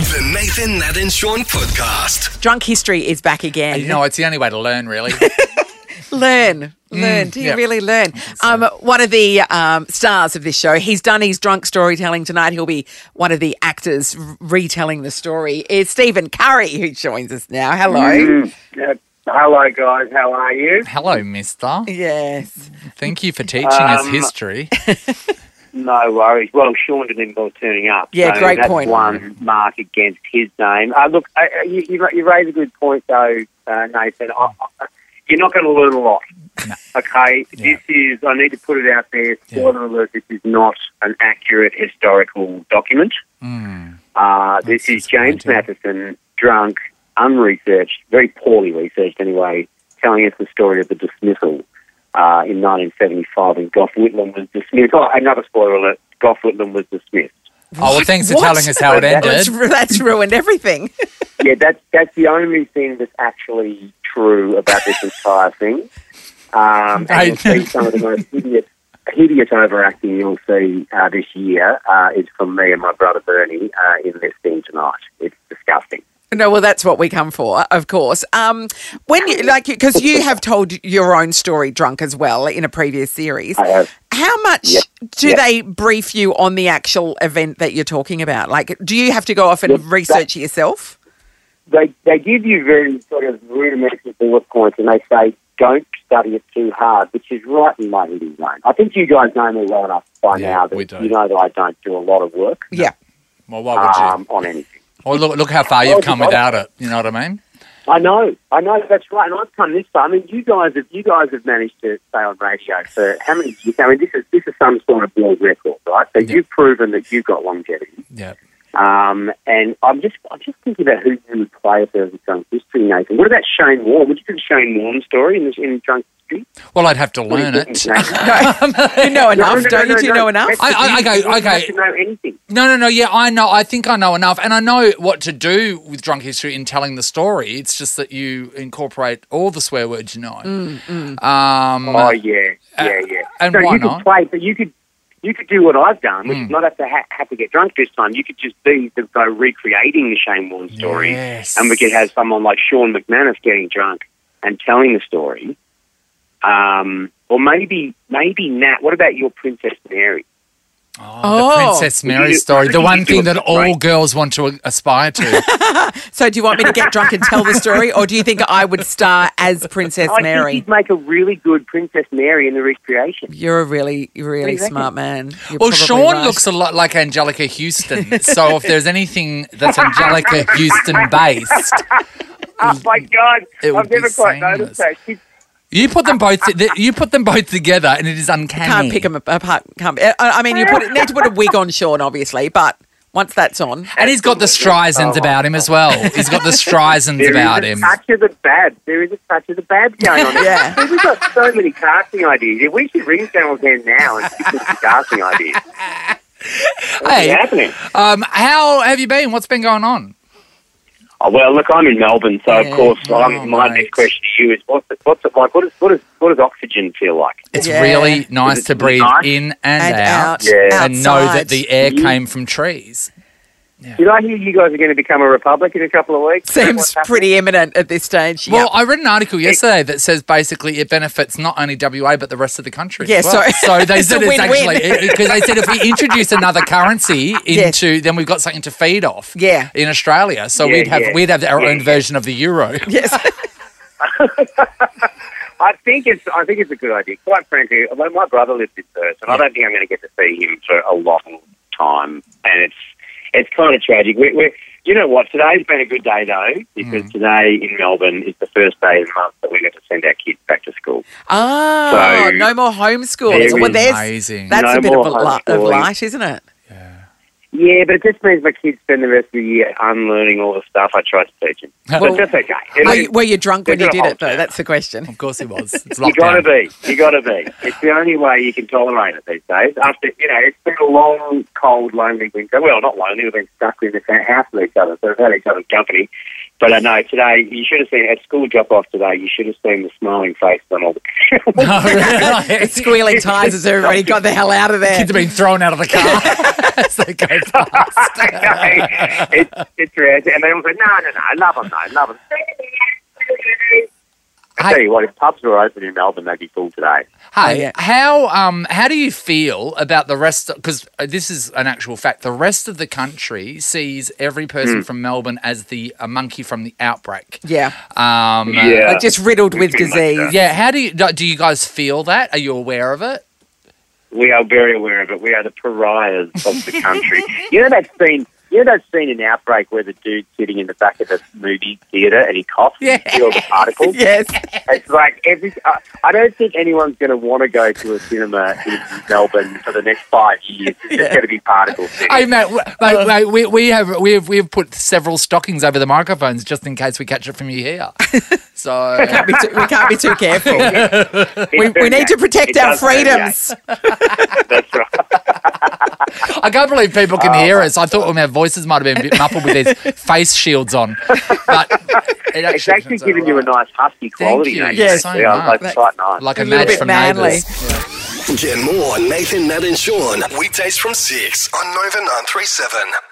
The Nathan, Nat, and Sean podcast. Drunk history is back again. No, it's the only way to learn, really. Learn, learn. Do you yeah. really learn? Um, one of the um, stars of this show, he's done his drunk storytelling tonight. He'll be one of the actors r- retelling the story. Is Stephen Curry who joins us now? Hello. Uh, hello, guys. How are you? Hello, mister. Yes. Thank you for teaching us Um, history. No worries. Well, Sean didn't involve turning up. Yeah, so great that's point. One mark against his name. Uh, look, uh, you, you, ra- you raise a good point, though, uh, Nathan. I, I, you're not going to learn a lot. Okay, Yeah. this is. I need to put it out there. Spoiler alert: This is not an accurate historical document. Mm. Uh, this That's is James disappointing. Matheson, drunk, unresearched, very poorly researched anyway, telling us the story of the dismissal uh, in 1975 when Gough Whitlam was dismissed. Oh, another spoiler alert, Gough Whitlam was dismissed. Oh, well, thanks for What? telling us how it That's, ended. ru- that's ruined everything. yeah, that's, that's the only thing that's actually true about this entire thing. Um, and you'll see some of the most hideous, hideous overacting you'll see uh, this year uh, is from me and my brother Bernie uh, in this thing tonight. It's disgusting. No, well, that's what we come for, of course. Um, when you, like, because you have told your own story drunk as well in a previous series. I have How much Yep. do Yep. they brief you on the actual event that you're talking about? Like, do you have to go off and Yep, that- research it yourself? they they give you very sort of rudimentary bullet points, and they say don't study it too hard, which is right in my hitting zone. I think you guys know me well enough by Yeah, now we that do. you know that I don't do a lot of work Yeah. Well, why would you? um, on anything. Well, look, look how far you've come without it. You know what I mean? I know, I know that's right, and I've come this far. I mean, you guys have you guys have managed to stay on radio for how many years? I mean, this is this is some sort of world record, right? So Yeah. you've proven that you've got longevity. Yeah. Um, and I'm just I'm just thinking about who you would play if there was a drunk history, Nathan. What about Shane Warne? Would you do Shane Warne's story in, this, in drunk history? Well, I'd have to What do you learn think, it. Nathan? You know enough, No, no, don't no, you? Do you no, know no. enough? That's I- I- the I go- thing. You I don't have go- to know anything. No, no, no. Yeah, I know. I think I know enough, and I know what to do with drunk history in telling the story. It's just that you incorporate all the swear words you know. Mm, Um, Oh yeah, yeah, yeah. and so why you not? Hmm. could play, but you could you could do what I've done, which is not have to ha- have to get drunk this time. You could just be the guy recreating the Shane Warne story, Yes. and we could have someone like Sean McManus getting drunk and telling the story. Um, or maybe maybe Nat. What about your Princess Mary? Oh, Oh. the Princess Mary You- story. The you one do thing it that all right. girls want to aspire to. So, do you want me to get drunk and tell the story, or do you think I would star as Princess I think Mary? you'd make a really good Princess Mary in the recreation. You're a really, really you reckon? smart man. You're Well, probably Sean right. looks a lot like Angelica Houston. so if there's anything that's Angelica Houston based, Oh my God! It would I've be never quite noticed seamless. that. She's you put them both th- you put them both together, and it is uncanny. Can't pick him apart. Can't. I- I mean, you put it, need to put a wig on Sean, obviously, but once that's on, And he's got the Streisands about him as well. He's got the Streisands Oh. There is about a him. touch of the bad. There is a touch of the bad going on. Yeah. See, We've got so many casting ideas. If we should ring Channel 10 now and give us some casting ideas. What's Hey. happening? Um, how have you been? What's been going on? Oh, well, look, I'm in Melbourne, Yeah. so of course, Oh, I'm, my mate. next question to you is what's it, what's it like? What, is, what, is, what does oxygen feel like? It's Yeah. really nice it to breathe nice? in and, And out, out, Yeah. and know that outside. the air Mm. came from trees. Did I hear you guys are going to become a republic in a couple of weeks? Is that seems what's happening? pretty imminent at this stage. Well, Yeah. I read an article yesterday that says basically it benefits not only WA but the rest of the country. Yeah, as well. so- so they it's said a it's win-win. actually because they said if we introduce another currency Yes. into, then we've got something to feed off. Yeah. in Australia, so Yeah, we'd have yeah. we'd have our Yeah, own yeah. version of the euro. yes. I think it's I think it's a good idea. Quite frankly, although my brother lives in Perth, and I don't think I'm going to get to see him for a long time, and it's it's kind of tragic. We're, we're you know what? Today's been a good day though, because today in Melbourne is the first day of the month that we get to send our kids back to school. Oh, So, no more homeschool. there well, is- there's, Amazing. That's No a bit of, more a li- of homeschooling. light, isn't it? Yeah, but it just means my kids spend the rest of the year unlearning all the stuff I tried to teach them. Well- but that's okay. It Were is- you, were you drunk when they're you gonna did it, hold though? you. That's the question. of course, it was. It's You gotta lockdown. be. You gotta be. It's the only way you can tolerate it these days. After you know, it's been a long, cold, lonely winter. Well, not lonely. We've been stuck in the same house with each other, so we've had each other's company. But I know today you should have seen at school drop off today. You should have seen the smiling faces on all the No, really. Squealing tires as everybody got the hell out of there. Kids are being thrown out of the car as they go past. it's it's rare. And they all say, no, no, no, I love them, no, love them. I tell you what, if pubs were open in Melbourne, they'd be full today. Hey, yeah. how um how do you feel about the rest? Because this is an actual fact. The rest of the country sees every Hmm. person from Melbourne as the a monkey from the outbreak. Yeah. Um, yeah. Yeah. Like just riddled with Pretty much disease. that. How do you do? You guys feel that? Are you aware of it? We are very aware of it. We are the pariahs of the country. you know that scene. You know that scene in Outbreak where the dude's sitting in the back of the movie theater and he coughs and you see all the particles. Yes. It's like every. I I don't think anyone's going to want to go to a cinema in Melbourne for the next five years. It's just going to be particles. Hey, uh, mate, w- mate, mate, we, we have we have we have put several stockings over the microphones just in case we catch it from you here. so uh, Can't be too- we can't be too careful. we, we need to protect our freedoms. That's right. I can't believe people can hear us. I thought when our voices might have been a bit muffled with these face shields on, but it actually It's actually turns out giving you a alright. nice husky quality. you mate. Yes. so yeah, much. it's quite nice. like a, A little match bit from manly. Neighbours. Get more Nathan, Nat, and Sean weekdays from 6 on Nova 937.